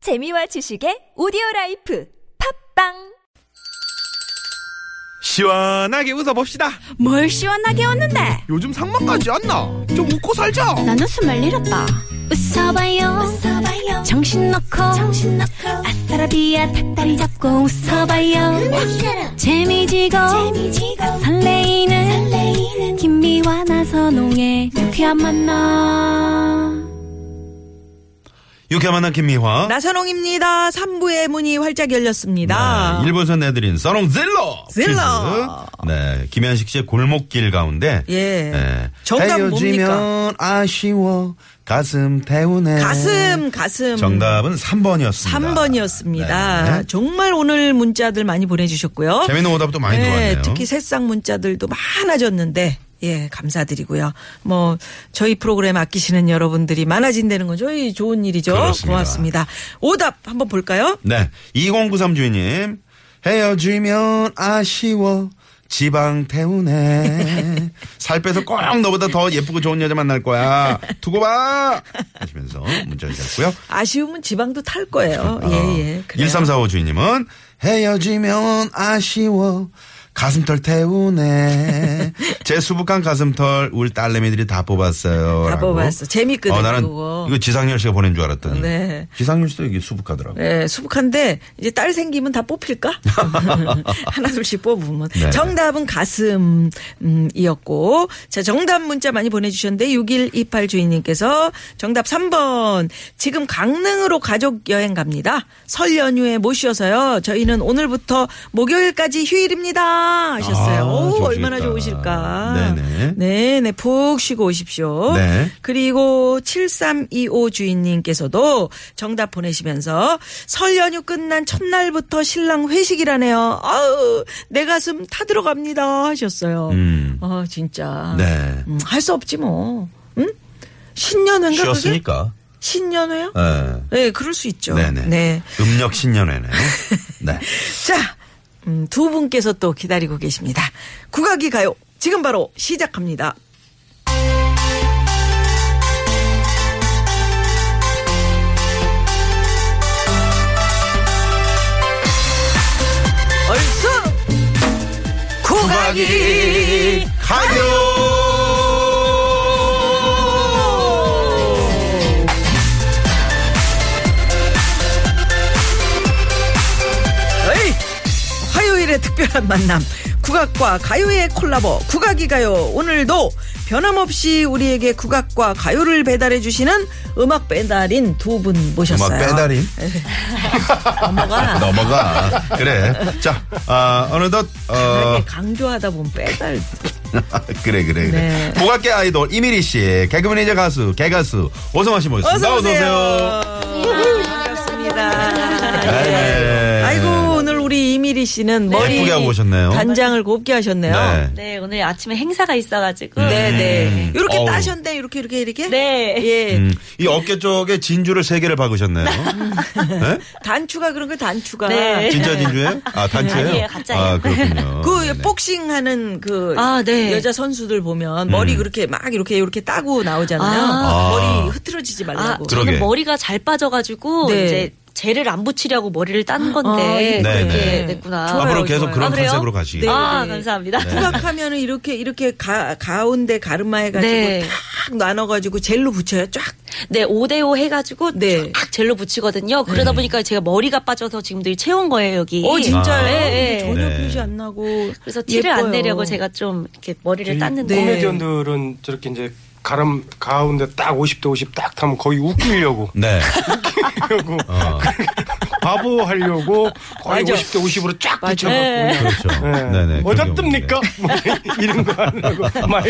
재미와 지식의 오디오 라이프 팝빵 시원하게 웃어봅시다. 뭘 시원하게 웃는데 요즘 상만까지 안 나. 좀 웃고 살자. 난 웃음을 잃었다 웃어봐요, 웃어봐요. 정신 놓고 아싸라비아 닭다리 잡고 웃어봐요 재미지고, 설레이는, 김미와 나선홍의 유쾌한 만남 유쾌한 만남 김미화. 나선홍입니다. 3부의 문이 활짝 열렸습니다. 네, 일본에서 내드린 써롱 질러. 질러. 퀴즈. 네, 김현식 씨의 골목길 가운데. 예. 네. 정답 헤어지면 아쉬워 가슴 태우네. 가슴, 가슴. 정답은 3번이었습니다. 3번이었습니다. 정말 오늘 문자들 많이 보내주셨고요. 네. 예, 재밌는 오답도 많이 들어왔네요. 어? 특히 새싹 문자들도 많아졌는데, 예, 감사드리고요. 뭐, 저희 프로그램 아끼시는 여러분들이 많아진다는 건 저희 좋은 일이죠. 그렇습니다. 고맙습니다. 오답 한번 볼까요? 네. 2093 주인님. 헤어지면 아쉬워. 지방 태우네. 살 빼서 꼭 너보다 더 예쁘고 좋은 여자 만날 거야. 두고 봐! 하시면서 문자 주셨고요. 아쉬움은 지방도 탈 거예요. 예, 예. 그래요. 1345 어, 주인님은 헤어지면 아쉬워. 가슴털 태우네. 제 수북한 가슴털 우리 딸내미들이 다 뽑았어요. 다 라고. 뽑았어. 재밌거든, 어, 나는 그거. 이거 지상렬 씨가 보낸 줄 알았더니. 네. 지상렬 씨도 이게 수북하더라고. 요 예, 수북한데 이제 딸 생기면 다 뽑힐까? 하나 둘씩 뽑으면 네. 정답은 가슴 음, 이었고 자 정답 문자 많이 보내주셨는데 6128 주인님께서 정답 3번 지금 강릉으로 가족 여행 갑니다 설 연휴에 모셔서요 저희는 오늘부터 목요일까지 휴일입니다 하셨어요 아, 오 좋으시겠다. 얼마나 좋으실까 네네. 네네 푹 쉬고 오십시오 네. 그리고 7325 주인님께서도 정답 보내시면서 설 연휴 끝난 첫날부터 신랑 회식이라네요. 아우, 내 가슴 타들어갑니다. 하셨어요. 음. 아, 진짜. 음, 네. 할 수 없지 뭐. 응? 신년회인가? 그게? 쉬었으니까. 신년회요? 네. 네, 그럴 수 있죠. 네네. 네. 음력 신년회네. 네. 자, 음, 두 분께서 또 기다리고 계십니다. 국악이 가요. 지금 바로 시작합니다. 얼쑤! 국악이 가요! 에이! 화요일의 특별한 만남 국악과 가요의 콜라보 국악이 가요 오늘도 변함없이 우리에게 국악과 가요를 배달해 주시는 음악 배달인 두 분 모셨어요. 네. 음악 배달인? 넘어가. 넘어가. 그래. 자, 아, 어느덧, 어, 강하게 강조하다 보면 배달 그래, 그래, 그래. 네. 국악계 아이돌 이미리 씨, 개그맨이자 가수, 개가수, 오성환 씨 모셨습니다. 어서 오세요. 어서 반갑습니다. 네. 예. 아이고 오늘 우리 이미리 씨는 머리 예쁘게 하고 오셨네요. 단장을 어, 곱게 하셨네요. 네. 네, 오늘 아침에 행사가 있어가지고. 네, 네. 음. 이렇게 어우. 따셨네. 이렇게 이렇게 이렇게. 네. 예. 음, 이 어깨 쪽에 진주를 세 개를 박으셨네요. 네? 단추가 그런 거 단추가. 네. 진짜 진주예요? 아, 단추예요? 아니에요, 가짜예요. 아, 그렇군요. 그 네네. 복싱하는 그 아, 네. 여자 선수들 보면 머리 그렇게 막 이렇게 이렇게 따고 나오잖아요. 음. 아. 머리 흐트러지지 아, 말라고. 그러게. 저는 머리가 잘 빠져가지고 네. 이제 젤을 안 붙이려고 머리를 딴 아, 네, 건데 그렇게 네. 됐구나. 좋아요, 앞으로 계속 좋아요. 그런 아, 그래요? 컨셉으로 가시기. 네. 아, 감사합니다. 부각하면은 이렇게 이렇게 가, 가운데 가르마 해가지고 네. 탁 나눠가지고 젤로 붙여요. 쫙. 네, 5대5 해가지고 네. 쫙 젤로 붙이거든요. 그러다 네. 보니까 제가 머리가 빠져서 지금도 이 채운 거예요, 여기. 어 진짜요? 아. 네, 네. 전혀 네. 표시 안 나고. 그래서 티를 안 예뻐요. 내려고 제가 좀 네. 이렇게 네. 머리를 네. 땄는데. 코미디언들은 저렇게 이제 가름 가운데 딱 50대 50 딱 타면 거의 웃기려고 네. 웃기려고 바보 하려고 거의 아. 맞아. 50대 50으로 쫙 맞아. 붙여갖고 네. 그렇죠. 예. 네네. 어떻습니까? 뭐 이런 거 하려고 말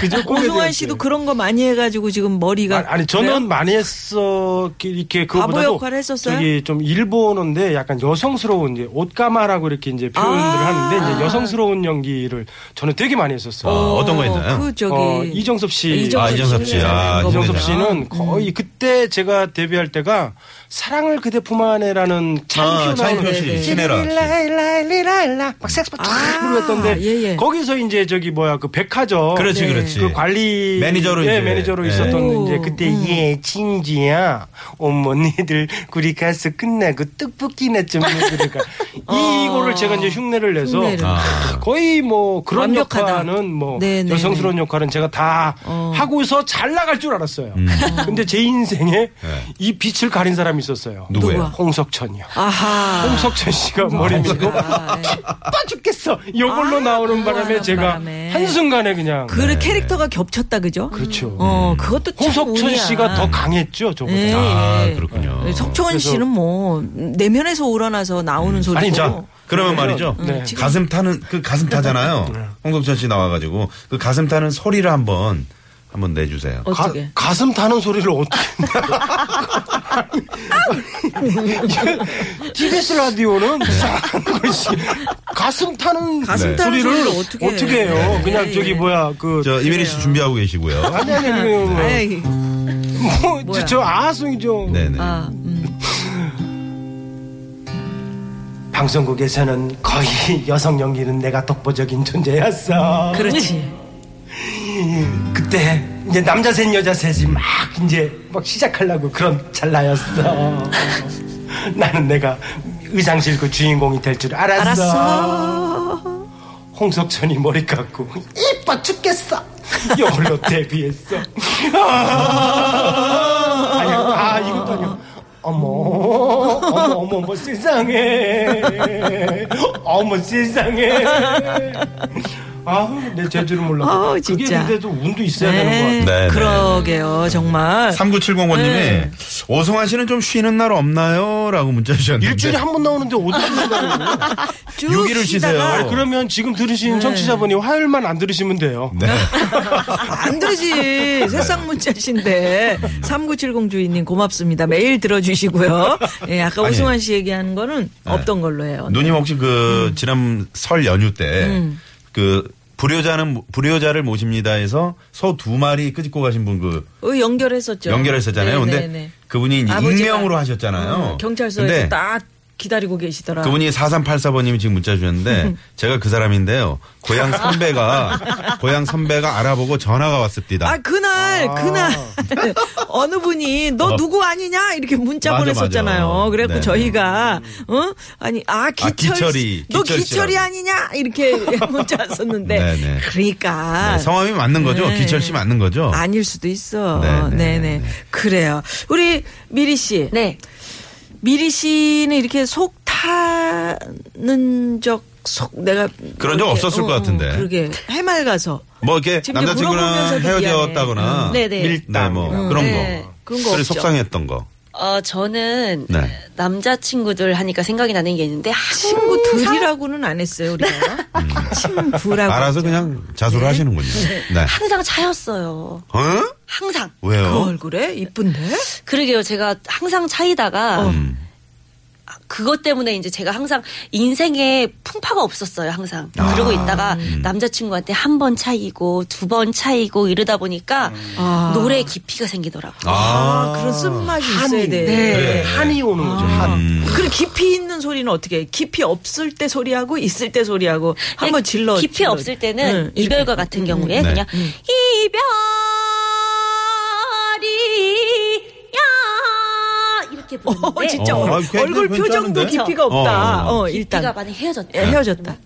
그저 오승환 씨도 그런 거 많이 해가지고 지금 머리가 아니 저는 그래요? 많이 했어 이렇게 그보다도 역할을 했었어요? 저기 좀 일본어인데 약간 여성스러운 이제 옷가마라고 이렇게 이제 표현들을 아. 하는데 이제 여성스러운 연기를 저는 되게 많이 했었어요. 아, 어떤 거 있나요? 그 저기 어, 이정섭 씨. 아, 이정섭 씨. 아, 그거구나. 이정섭 음. 씨는 거의 그때 제가 데뷔할 때가 사랑을 그대 품 안에라는 나오는 아, 차인표 차인표 나오는 씨, 네네. 시네라. 릴라일라일라일라 막 섹스파 쫙 불렀던데 예, 예. 거기서 이제 저기 뭐야 그 백화점 그렇지, 네. 그렇지. 그 관리 매니저로 예, 이제. 매니저로 예. 있었던 이제 그때 음. 예 진지야 어머니들 우리 가서 그 끝나고 떡볶이나 좀 먹으니까 이거를 제가 이제 흉내를 내서 어. 흉내를. 아. 거의 뭐 그런 완벽하다. 역할은 뭐 네, 네, 여성스러운 역할은 제가 다 어. 하고서 잘 나갈 줄 알았어요. 음. 근데 제 인생에 이 빛을 가린 사람이 있었어요. 네. 누구야? 홍석천이요. 아하. 홍석천 씨가 머리 밀고 아, 예. 빠 죽겠어. 요걸로 아, 나오는 바람에 그거하는 제가 바람에. 한순간에 그냥 그 네. 캐릭터가 겹쳤다 그죠? 그렇죠. 어 그것도 참 홍석천 운이야. 씨가 더 강했죠, 저보다. 예, 아, 예. 그렇군요. 석촌 그래서- 씨는 뭐 내면에서 우러나서 나오는 소리고. 아니, 음. 자, 그러면 말이죠. 네. 가슴 타는 그 가슴 네. 타잖아요. 홍석천 씨 나와가지고 그 가슴 타는 소리를 한번 한번 내주세요. 가, 어떻게? 가슴 타는 소리를 어떻게 내 TBS 라디오는 이상한 것이 네. 가슴 타는 가슴 네. 타는 소리를, 어떻게 어떻게, 해요? 그냥 예, 저기 예. 뭐야 그 저 이메리 씨 준비하고 계시고요. 아니 아니 그냥 뭐, 아이, 예. 네. 뭐, 저, 저 아송이죠. 네네. 아, 음. 방송국에서는 거의 여성 연기는 내가 독보적인 음, 존재였어. 네. 그렇지. 그때 이제 남자 셋 여자 셋이 막 이제 막 시작하려고 그런 찰나였어. 나는 내가 의상실 그 주인공이 될 줄 알았어. 홍석천이 머리 깎고 이뻐 죽겠어. 이걸로 데뷔했어. 아, 아니, 아 이것도 아니야. 어머, 어머, 어머, 어머, 세상에. 어머, 세상에. 아우, 내 재주를 몰라. 아우, 그게 진짜. 근데도 운도 있어야 되는 것 네, 같아. 네, 네. 그러게요 정말. 3970번님이 네. 오승환 씨는 좀 쉬는 날 없나요? 라고 문자 주셨는데. 일주일에 한 번 나오는데 어떻게 된다는 거예요? 쭉 유기를 쉬다가 쉬세요. 아니, 그러면 지금 들으시는 청취자분이 화요일만 안 들으시면 돼요. 네. 아, 안 되지. 세상 문자신데. 3970 주인님 고맙습니다. 매일 들어주시고요. 예, 아까 아니. 네. 오승환 씨 얘기하는 거는 없던 걸로 해요. 음. 누님 혹시 그 지난 설 연휴 때 그 불효자는 불효자를 모십니다에서 소 두 마리 끄집고 가신 분 그 어, 연결했었죠. 연결했었잖아요. 네, 근데 네, 네. 그분이 이제 아버지가- 익명으로 하셨잖아요. 어, 경찰서에서 근데 딱 기다리고 계시더라. 그분이 4384번님이 지금 문자 주셨는데 제가 그 사람인데요. 고향 선배가 고향 선배가 알아보고 전화가 왔습니다. 아 그날 그날 어느 분이 너 어. 누구 아니냐 이렇게 문자 맞아, 보냈었잖아요. 맞아. 그래갖고 네. 저희가 어 아니 아 기철 기철이, 너 기철 기철이 씨라고. 아니냐 이렇게 문자 왔었는데 네, 네. 그러니까 네, 성함이 맞는 거죠? 네. 기철 씨 맞는 거죠? 아닐 수도 있어. 네, 네, 네네. 네, 네. 그래요. 우리 미리 씨. 네. 미리 씨는 이렇게 속 타는 적, 속, 내가. 그런 적 이렇게, 어, 없었을 것 같은데. 그러게. 해맑아서. 뭐 이렇게 지금 이제 남자친구랑 물어보면서도 헤어졌다거나 미안해. 음. 네, 네. 밀당 뭐 그런 네. 거. 그런 거 그래 없죠. 속상했던 거. 어, 저는 네. 남자친구들 하니까 생각이 나는 게 있는데 친구들이라고는 그 안 했어요, 우리가. 친구라고. 음. 알아서 그렇죠. 그냥 자수를 하시는군요. 네. 항상 차였어요. 어? 항상. 그 왜요? 얼굴에? 이쁜데? 그러게요. 제가 항상 어. 차이다가 음. 그것 때문에 이제 제가 항상 인생에 풍파가 없었어요. 항상. 아. 그러고 있다가 음. 남자친구한테 한 번 차이고 두 번 차이고 이러다 보니까 아. 노래 깊이가 생기더라고요. 아, 그런 쓴맛이 있어야 돼. 음. 네. 한이 오는 거죠. 한. 음. 그리고 깊이 있는 소리는 어떻게 해? 깊이 없을 때 소리하고 있을 때 소리하고 한번 질러. 그러니까 깊이 질러. 없을 때는 응, 이렇게. 이별과 같은 네. 경우에 그냥 이별이야 이렇게 어, 부르는데 진짜 어, 얼- 아, 괜- 얼굴 괜찮은데? 표정도 깊이가 어, 없다. 어, 깊이가 아. 일단 많이 헤어졌대. 예, 헤어졌다.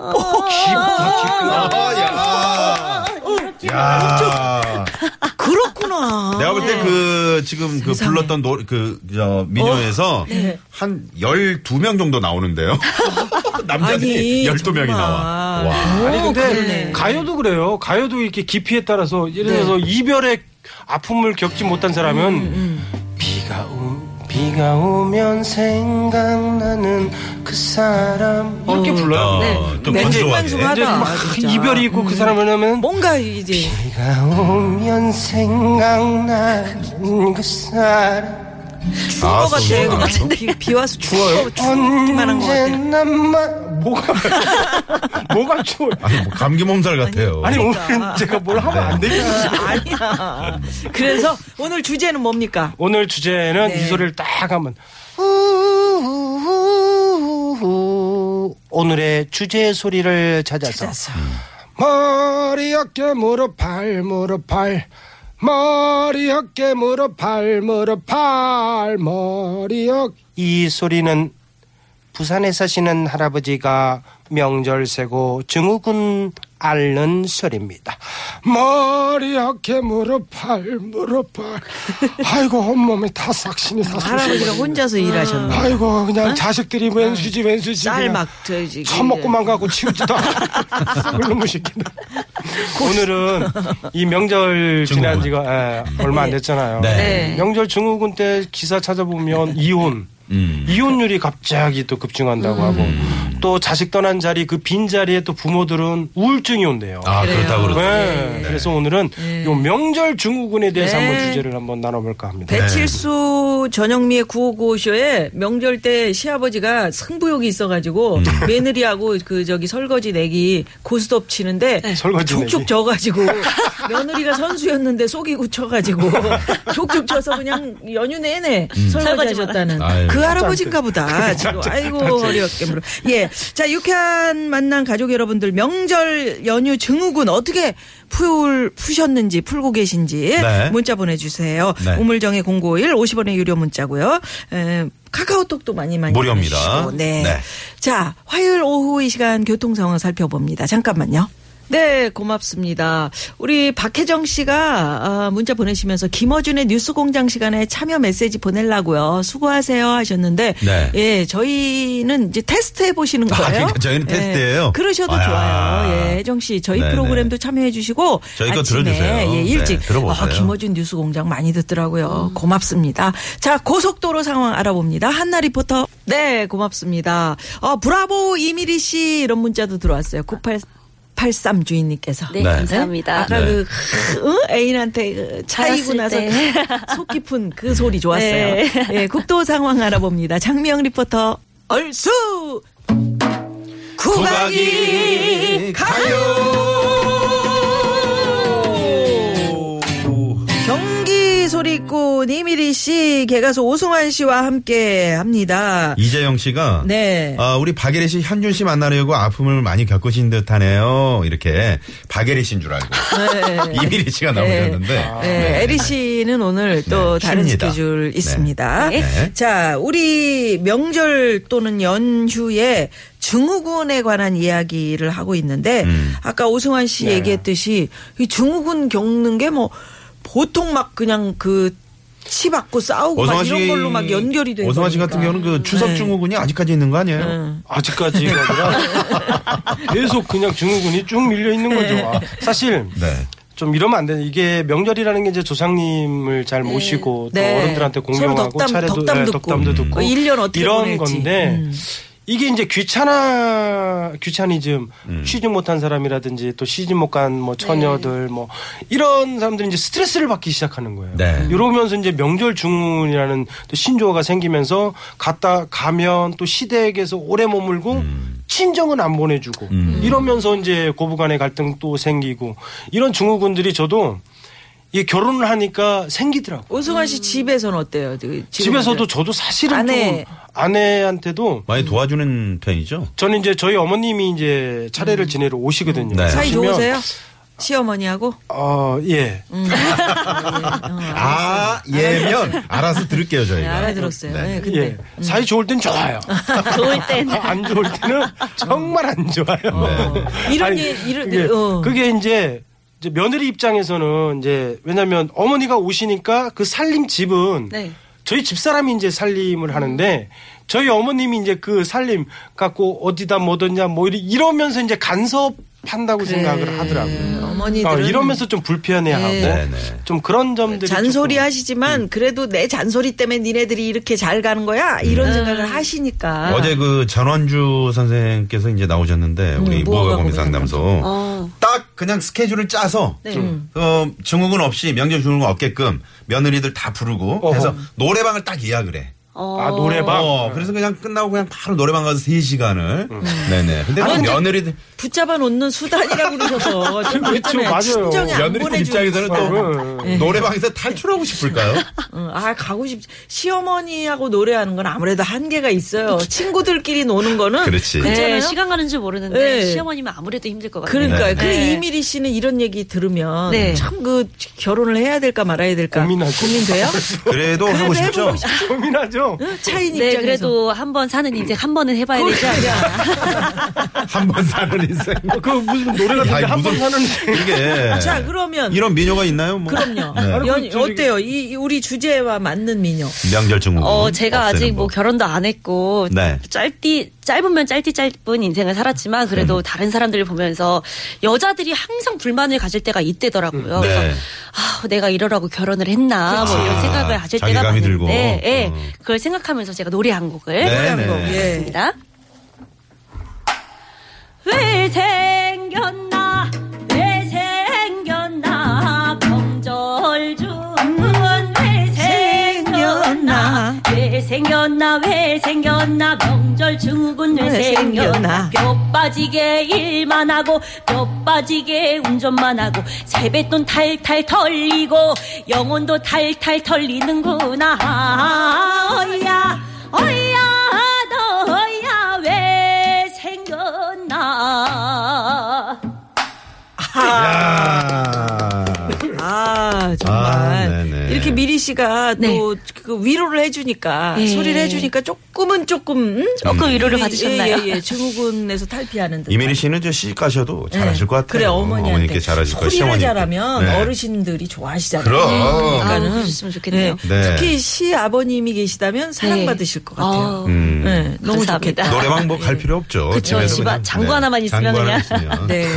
어, 아, 야. 야. 그렇구나. 내가 볼 때 그 지금 그 아. 세상에. 어? 네. 불렀던 노, 그, 저, 민요에서 한 12명 정도 나오는데요. 남자들이 아니, 12명이 정말. 나와. 와. 아니 근데 그러네. 네. 가요도 그래요. 가요도 이렇게 깊이에 따라서 예를 들어서 이별의 아픔을 겪지 못한 사람은 음, 비가 오 비가 오면 생각나는 그 사람 이렇게 불러요. 어, 좀 네. 건조하게. 맨수만- 근데 맞아, 막 진짜. 이별이 있고 음. 그 사람을 하면 뭔가 이제 비가 오면 생각나는 그 사람 죽을 것 같아. 소리가 나요? 비, 비 와서 추워. 죽기만 한 것 같아. 언제나 마- 뭐가 뭐가 추워? 아니 뭐 감기 몸살 같아요. 아니 오늘 제가 뭘 하면 안 되겠어. 아니야. 그래서 오늘 주제는 뭡니까? 오늘 주제는 네. 이 소리를 딱 하면 우우우우우우. 오늘의 주제 소리를 찾아서, 머리 어깨 무릎 발 무릎 발 머리 어깨 무릎 발 무릎 발 머리 어이 소리는 부산에 사시는 할아버지가 명절 세고 증후군 앓는 소리입니다. 머리 어깨 무릎 팔 무릎 팔. 아이고 온몸에 다 싹신이 다 할아버지가 쑤셔버리네. 혼자서 일하셨네. 아이고 그냥 자식들이 왼수지 왼수지. 쌀 그냥 막 돼지. 처먹고만 가고 치우지도 않고 놈무 시키네. 오늘은 이 명절 지난 지가 예, 얼마 안 됐잖아요. 네. 명절 증후군 때 기사 찾아보면 이혼. 음. 이혼율이 갑자기 또 급증한다고 하고 또 자식 떠난 자리 그 빈 자리에 또 부모들은 우울증이 온대요. 아 그렇다 그렇다. 네. 그래서 오늘은 요 명절 증후군에 대해서 네. 한번 주제를 한번 나눠볼까 합니다. 네. 배칠수 전영미의 9595쇼에 명절 때 시아버지가 승부욕이 있어가지고 음. 며느리하고 그 저기 설거지 내기 고스톱 치는데 설거지 족족 내기. 져가지고 며느리가 선수였는데 속이 굳혀가지고 족족 져서 그냥 연휴 내내 음. 설거지하셨다는 아유. 그 할아버지인가 보다. 지금 아이고 어렵게 물어. 예, 자 유쾌한 만난 가족 여러분들 명절 연휴 증후군 어떻게 풀 푸셨는지 풀고 계신지 네. 문자 보내주세요. 네. 우물정의 051 50원의 유료 문자고요. 에, 카카오톡도 많이 많이 무료입니다. 보내주시고, 네. 네. 자 화요일 오후 이 시간 교통 상황 살펴봅니다. 잠깐만요. 네, 고맙습니다. 우리 박혜정 씨가 아, 문자 보내시면서 김어준의 뉴스 공장 시간에 참여 메시지 보내려고요. 수고하세요 하셨는데 네. 예, 저희는 이제 테스트 해 보시는 아, 거예요. 그러니까 저희는 예, 테스트예요? 그러셔도 아. 좋아요. 예, 혜정 씨 저희 네네. 프로그램도 참여해 주시고 저희 거 아침에, 들어주세요. 예, 일찍 네, 들어보세요. 아, 김어준 뉴스 공장 많이 듣더라고요. 고맙습니다. 자, 고속도로 상황 알아봅니다. 한나 리포터. 네, 고맙습니다. 어, 브라보 이미리 씨 이런 문자도 들어왔어요. 9883 주인님께서. 네, 네. 감사합니다. 아까 네. 그 응? 애인한테 그 차이고 알았을 나서 때. 속 깊은 그 소리 좋았어요. 네. 예, 국도 상황 알아봅니다. 장미영 리포터 얼쑤 구박이 가요. 경기 소리꾼 이미리 씨, 개가수 오승환 씨와 함께 합니다. 이재영 씨가 네. 아, 우리 박예리 씨, 현준 씨 만나려고 아픔을 많이 겪으신 듯하네요. 이렇게 박예리 씨인 줄 알고 아, 이미리 씨가 나오셨는데 네, 에리 씨는 오늘 또 아, 네, 다른 쉽니다. 스케줄 네. 있습니다. 네. 자, 우리 명절 또는 연휴에 증후군에 관한 이야기를 하고 있는데 음. 아까 오승환 씨 얘기했듯이 이 증후군 겪는 게 뭐 보통 막 그냥 그 치 받고 싸우고 막 오성환 씨 이런 걸로 막 연결이 되는 오성환 씨 같은 경우는 그 추석 네. 증후군이 아직까지 있는 거 아니에요? 아직까지가 아니라 계속 그냥 증후군이 쭉 밀려 있는 거죠. 아, 사실 네. 좀 이러면 안 되는 이게 명절이라는 게 이제 조상님을 잘 모시고 네. 또 어른들한테 서로 공경하고 덕담- 차례도 덕담 예, 듣고. 덕담도 듣고 어, 1년 어떻게 이런 보낼지. 건데 음. 이게 이제 귀찮아 귀차니즘 취직 못한 사람이라든지 또 시집 못 간 네. 뭐 처녀들 뭐 이런 사람들이 이제 스트레스를 받기 시작하는 거예요. 음. 네. 이러면서 이제 명절 중이라는 또 신조어가 생기면서 갔다 가면 또 시댁에서 오래 머물고 친정은 안 보내주고 이러면서 이제 고부간의 갈등 또 생기고 이런 중후군들이 저도 이 결혼을 하니까 생기더라고. 요 오승환 씨 집에서는 어때요? 그 지금 집에서도 저도 사실은 아내. 좀 아내한테도 많이 도와주는 편이죠? 저는 이제 저희 어머님이 이제 차례를 지내러 오시거든요. 네. 사이 오시면, 좋으세요? 음, 시어머니하고? 어, 예. 아, 예면. 알아서 들을게요, 네, 저희가. 알아들었어요. 네. 네, 근데. 예. 사이 좋을 땐 좋아요. 아, 좋을 땐. 안 좋을 때는 정말 안 좋아요. 네. 이런 일, 이런- 그게, 어. 그게 이제, 이제 며느리 입장에서는 이제 왜냐면 어머니가 오시니까 그 살림 집은 네. 저희 집사람이 이제 살림을 하는데 저희 어머님이 이제 그 살림 갖고 어디다 뭐 뒀냐 뭐 이러- 이러면서 이제 간섭한다고 생각을 하더라고요. 그 어머니들은 아, 이러면서 좀 불편해하고 네, 네. 음. 좀 그런 점들이 잔소리 조금- 하시지만 그래도 내 잔소리 때문에 니네들이 이렇게 잘 가는 거야 음. 이런 생각을 하시니까 어제 그 전원주 선생님께서 이제 나오셨는데, 우리 음, 무허가 어. 무허가 고민 고민 상담소. 어, 상담소. 딱 그냥 스케줄을 짜서 네. 음. 어, 증후군 없이 명절 증후군 없게끔 며느리들 다 부르고 어허. 해서 노래방을 딱 예약을 해. 어. 아 노래방. 어, 그래서 그냥 끝나고 그냥 바로 노래방 가서 3시간을. 음. 네네. 근데 그 며느리들, 붙잡아 놓는 수단이라고 그러셔서 좀 그렇죠, 요즘에 맞아요. 친정에 안 며느리들 보내주고 입장에서는 또 어, 노래방에서 탈출하고 싶을까요? 응, 아 가고 싶 시어머니하고 노래하는 건 아무래도 한계가 있어요. 친구들끼리 노는 거는 그렇지. 괜찮아요? 네, 시간 가는 줄 모르는데 네. 시어머님은 아무래도 힘들 것 같아요. 그러니까 요그 네. 이미리 씨는 이런 얘기 들으면 네. 참 그 결혼을 해야 될까 말아야 될까 고민하죠. 돼요 그래도 하고 싶죠? 고민하죠. 차인 네, 입장에서 어, 그래도 한 번 사는 인생 한 번은 해봐야 되지 않나. 한 번 사는 인생. 그 무슨 노래가 아니, 근데 한번 무슨- 사는 이게. 아, 자 그러면 이런 미녀가 있나요? 뭐. 그럼요. 네. 아니, 연- 그 저기- 어때요? 이, 이 우리 주제와 맞는 미녀. 명절 증후군. 어, 제가 아직 뭐 결혼도 안 했고 음, 네. 짧디 짧으면 짧디 짧은 인생을 살았지만 음. 그래도 다른 사람들을 보면서 여자들이 항상 불만을 가질 때가 네. 이때더라고요. 그래서 아, 내가 이러라고 결혼을 했나 뭐 이런 아, 생각을 가질 때가 자괴감이 많은데, 들고. 예, 어. 그걸 생각하면서 제가 노래 한 곡을 네네. 예. 있습니다. 왜 생겼나 왜 생겼나 명절 주문 왜 생겼나 왜 생겼나 왜 생겼나 명절 중후군 왜, 왜 생겼나? 생겼나 뼈 빠지게 일만 하고 뼈 빠지게 운전만 하고 세뱃돈 탈탈 털리고 영혼도 탈탈 털리는구나 어이야 어이야 너야 왜 생겼나 아, 아, 정말. 네네. 이렇게 미리 씨가 네. 또 그 위로를 해주니까, 예. 소리를 해주니까 조금은 조금, 음? 조금 위로를 받으셨나요? 예, 예, 예. 증후군에서 탈피하는 듯. 이민희 씨는 저 시집 가셔도 잘하실 것 같아요. 네. 그래, 어머니한테. 어머니께 잘하실 거예요. 소리를 시어머니께. 잘하면 네. 어르신들이 좋아하시잖아요. 그럼. 아, 그러셨으면 좋겠네요. 네. 네. 특히 시 아버님이 계시다면 사랑받으실 것 같아요. 아우, 음. 네, 너무 감사합니다. 좋겠다. 노래방 뭐 갈 필요 없죠. 그쵸, 집에서 집안 그냥, 네. 장구 하나만 있으면 장구 그냥. 하나 있으면. 네.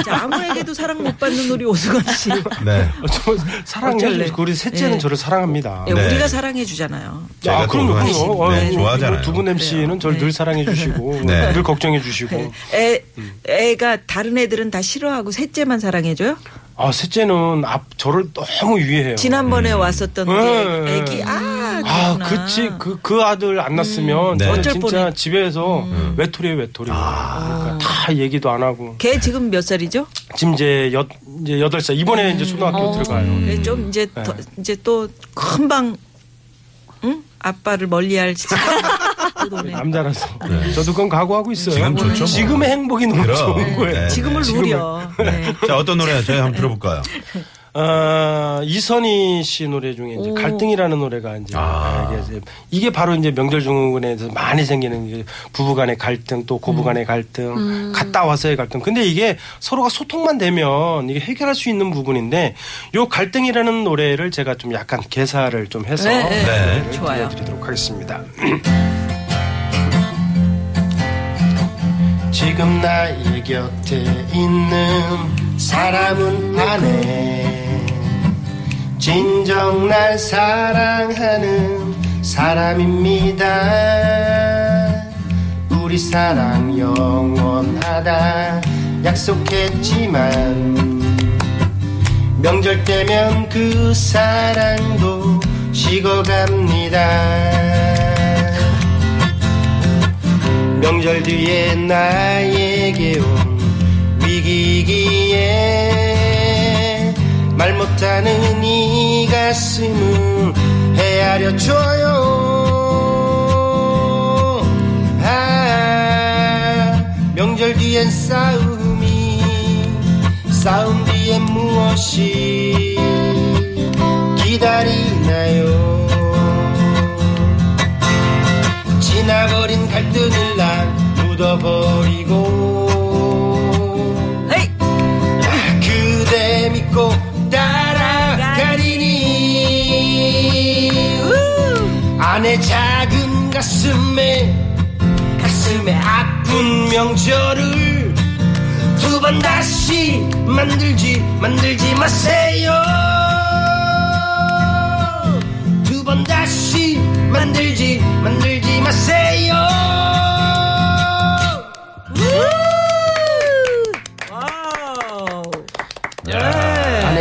자, 아무에게도 사랑 못 받는 우리 오수건 씨. 네. 어, 저 사랑해. 어쩔래? 주- 우리 셋째는 네. 저를 사랑합니다. 예, 네. 우리가 사랑해주잖아요. 저희가 아, 그럼요, 또 그럼요. 네, 아유, 좋아하잖아요. 두 분 MC는 저를 늘 사랑해 주시고, 네. 늘 걱정해 주시고. 애, 애가 다른 애들은 다 싫어하고 셋째만 사랑해줘요? 아, 셋째는 앞, 저를 너무 유해해요. 지난번에 왔었던 음. 게 애기 아, 아, 그렇구나. 그치. 그, 그 아들 안 낳았으면 네. 저는 어쩔 진짜 뻔해. 집에서 외톨이에요, 외톨이. 그러니까 다 얘기도 안 하고. 걔 지금 몇 살이죠? 지금 이제 여, 이제 8살, 이번에 이제 초등학교 음. 들어가요. 그래, 좀 이제 더, 이제 또 금방 응? 아빠를 멀리할 시간도 오네. 남자라서. 저도 그건 각오하고 있어요. 지금 좋죠, 뭐. 지금의 행복이 너무 그럼. 좋은 거예요. 네. 지금을 노려. 네. 자, 어떤 노래 저희 한번 들어볼까요? 아, 이선희 씨 노래 중에 이제 갈등이라는 노래가 이제 아. 이게, 이제 이게 바로 이제 명절 중후군에서 많이 생기는 게 부부간의 갈등 또 음. 고부간의 갈등 갔다 와서의 갈등. 근데 이게 서로가 소통만 되면 이게 해결할 수 있는 부분인데 요 갈등이라는 노래를 제가 좀 약간 개사를 좀 해서 네, 네. 네. 좋아요. 드리도록 하겠습니다. 지금 나의 곁에 있는 사람은 나네 진정 날 사랑하는 사람입니다 우리 사랑 영원하다 약속했지만 명절 때면 그 사랑도 식어갑니다 명절 뒤에 나에게 온 위기기에 말 못하는 이 가슴을 헤아려 줘요 아 명절 뒤엔 싸움이 싸움 뒤엔 무엇이 기다리나요 지나버린 갈등을 난 묻어버리고 헤이! 그대 믿고 따라가리니 아내 작은 가슴에 가슴에 아픈 명절을 두 번 다시 만들지 만들지 마세요 두 번 다시 만들지 만들지 마세요 와우. 네.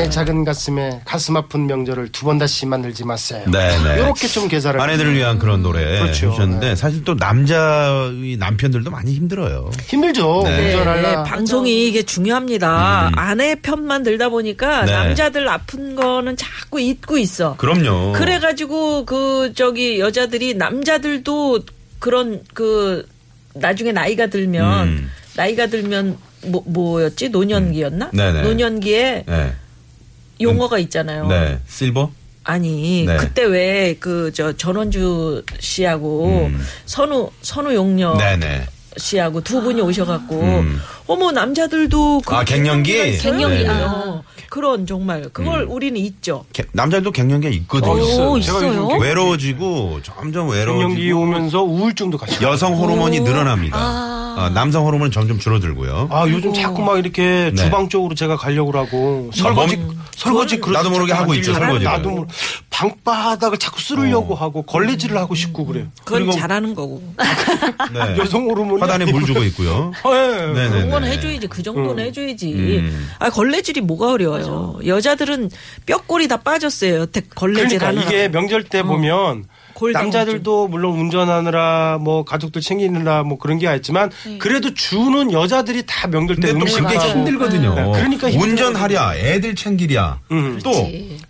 작은 가슴에 가슴 아픈 명절을 두 번 다시 만들지 마세요. 네네. 요렇게 좀 계산을 아내들을 위한 그런 노래 그렇죠. 해주셨는데 네. 사실 또 남자의 남편들도 많이 힘들어요. 힘들죠. 네. 네, 명절하려 방송이 이게 중요합니다. 아내 편만 들다 보니까 네. 남자들 아픈 거는 자꾸 잊고 있어. 그럼요. 그래가지고 그 저기 여자들이 남자들도 그런 그 나중에 나이가 들면 음. 나이가 들면 뭐 뭐였지 노년기였나? 음. 네네. 노년기에 네. 용어가 있잖아요. 네. 실버? 아니 네. 그때 왜 그 저 전원주 씨하고 음. 선우 선우 용녀 네네. 씨하고 두 분이 오셔갖고 음. 어머 남자들도 그 어, 아, 갱년기? 갱년기. 네. 음. 아. 그런 정말 그걸 우리는 잊죠. 개- 남자들도 갱년기가 있거든요. 있어요. 제가 있어요? 요즘 외로워지고 점점 경기 외로워지고 오면서 우울증도 같이. 여성 호르몬이 늘어납니다. 어, 남성 호르몬은 점점 줄어들고요. 아 요즘 자꾸 막 이렇게 네. 아, 주방 쪽으로 제가 가려고 하고 설거지 몸- 설거지 그건 그릇 나도 모르게 자꾸 하고 있죠, 만들려고 설거지를. 어. 나도 모르- 방바닥을 자꾸 쓸려고 하고 걸레질을 하고 싶고 그래요. 음, 그건 그리고- 잘하는 거고. 네. 아, 여성 호르몬이 화단에 물 주고 있고요. 아, 예. 네네네. 그런 건 해줘야지 그 정도는 해줘야지. 음. 아 걸레질이 뭐가 어려워요. 여자들은 뼈골이 다 빠졌어요. 여태 걸레질 그러니까 하느라. 이게 명절 때 보면 골다공증. 남자들도 물론 운전하느라 뭐 가족들 챙기느라 뭐 그런 게 있지만 네. 그래도 주는 여자들이 다 명절 때 근데 또 음식 그게 하고 힘들거든요. 네, 그러니까 힘들어요. 운전하랴, 애들 챙기랴, 음. 또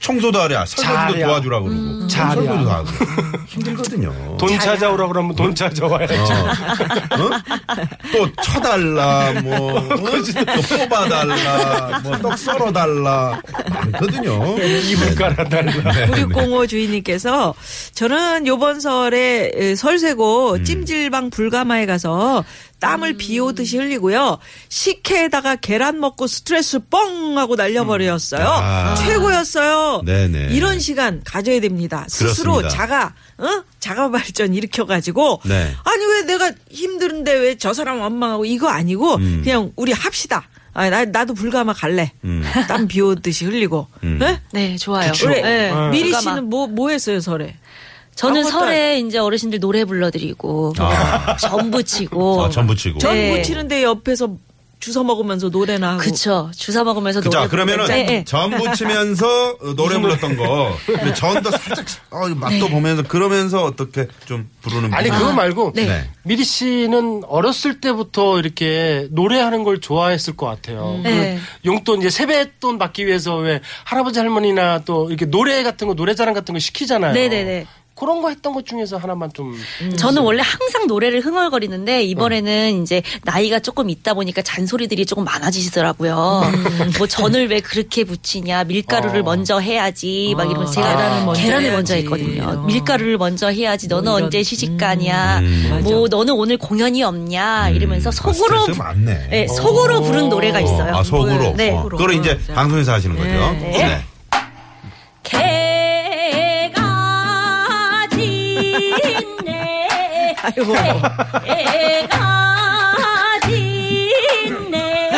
청소도 하랴, 설거지도 잘해야. 도와주라 그러고, 음, 잘해야. 설거지도 하고 힘들거든요. 돈 찾아오라 그러면 돈 찾아와야죠. 어. 어? 또 쳐달라, 뭐, 어? 또 뽑아달라, 뭐, 떡 썰어달라. 많거든요. 이불 깔아달라. 네, 네. 9605 주인님께서 저는 요번 설에 에, 설세고 음. 찜질방 불가마에 가서 땀을 비 오듯이 흘리고요. 식혜에다가 계란 먹고 스트레스 뻥 하고 날려버렸어요. 아. 최고였어요. 네네. 이런 시간 가져야 됩니다. 스스로 그렇습니다. 자가 어? 자가 발전 일으켜 가지고 네. 아니 왜 내가 힘든데 왜 저 사람 원망하고 이거 아니고 음. 그냥 우리 합시다. 아, 나, 나도 불가마 갈래. 땀 비 오듯이 흘리고. 음. 예? 네, 좋아요. 그래. 네. 어. 미리 불가마. 씨는 뭐, 뭐 했어요, 설에? 저는 아무것도 설에 이제 어르신들 노래 불러드리고 아. 전부 치고 아, 전부 치고. 전 네. 부치는데 옆에서 주워 먹으면서 노래나 하고. 아, 그쵸 주사 먹으면서 자, 노래 그러면은 부르고. 음. 네, 네. 전 부치면서 어, 노래 불렀던 거. 근데 전도 살짝 어, 맛도 네. 보면서 그러면서 어떻게 좀 부르는 아니 분이- 그거 말고 네. 네. 미리 씨는 어렸을 때부터 이렇게 노래하는 걸 좋아했을 것 같아요. 음. 그 네. 용돈 이제 세뱃돈 받기 위해서 왜 할아버지 할머니나 또 이렇게 노래 같은 거 노래자랑 같은 거 시키잖아요. 네네네. 그런 거 했던 것 중에서 하나만 좀 음. 음. 저는 원래 항상 노래를 흥얼거리는데 이번에는 이제 나이가 조금 있다 보니까 잔소리들이 조금 많아지시더라고요. 음. 뭐 전을 왜 그렇게 붙이냐, 밀가루를 어. 먼저 해야지 막 이러면 제가 아. 계란을 먼저 계란을 먼저 해야지. 했거든요. 어. 뭐 밀가루를 먼저 해야지. 너는 이런. 음. 언제 시집 가냐, 음. 뭐 너는 오늘 공연이 없냐 이러면서 아, 속으로 스트레스 많네. 네, 속으로 부른 노래가 있어요. 아, 속으로. 네. 어, 그걸 이제 자. 방송에서 하시는 거죠. 네. 개가 짖네 아이고. 개가 짖네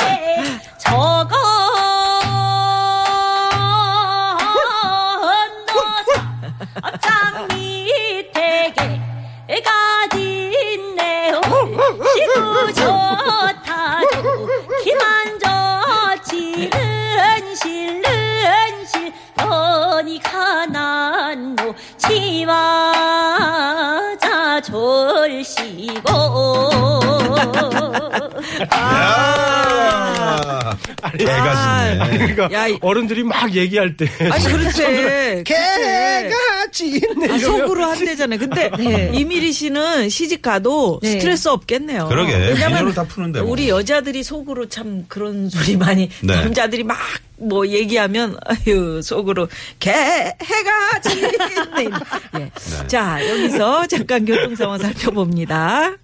저건 너서 짱 밑에 개가 짖네 시구 좋다 기만 저지른 실른 실 너니 가난 노 치마자 졸시고 야! 개가 짖네. 그러니까 야, 이- 어른들이 막 얘기할 때 아. 아니, 그렇지. 개같이 있네. 아, 속으로 한대잖아요. 근데 이미리 씨는 시집 가도 네. 스트레스 없겠네요. 그러게. 민요를 왜냐면 다 푸는데 뭐. 우리 여자들이 속으로 참 그런 소리 많이 네. 남자들이 막 뭐 얘기하면 아유 속으로 개 해가 네. 지네. 예. 자 여기서 잠깐 교통 상황 살펴봅니다.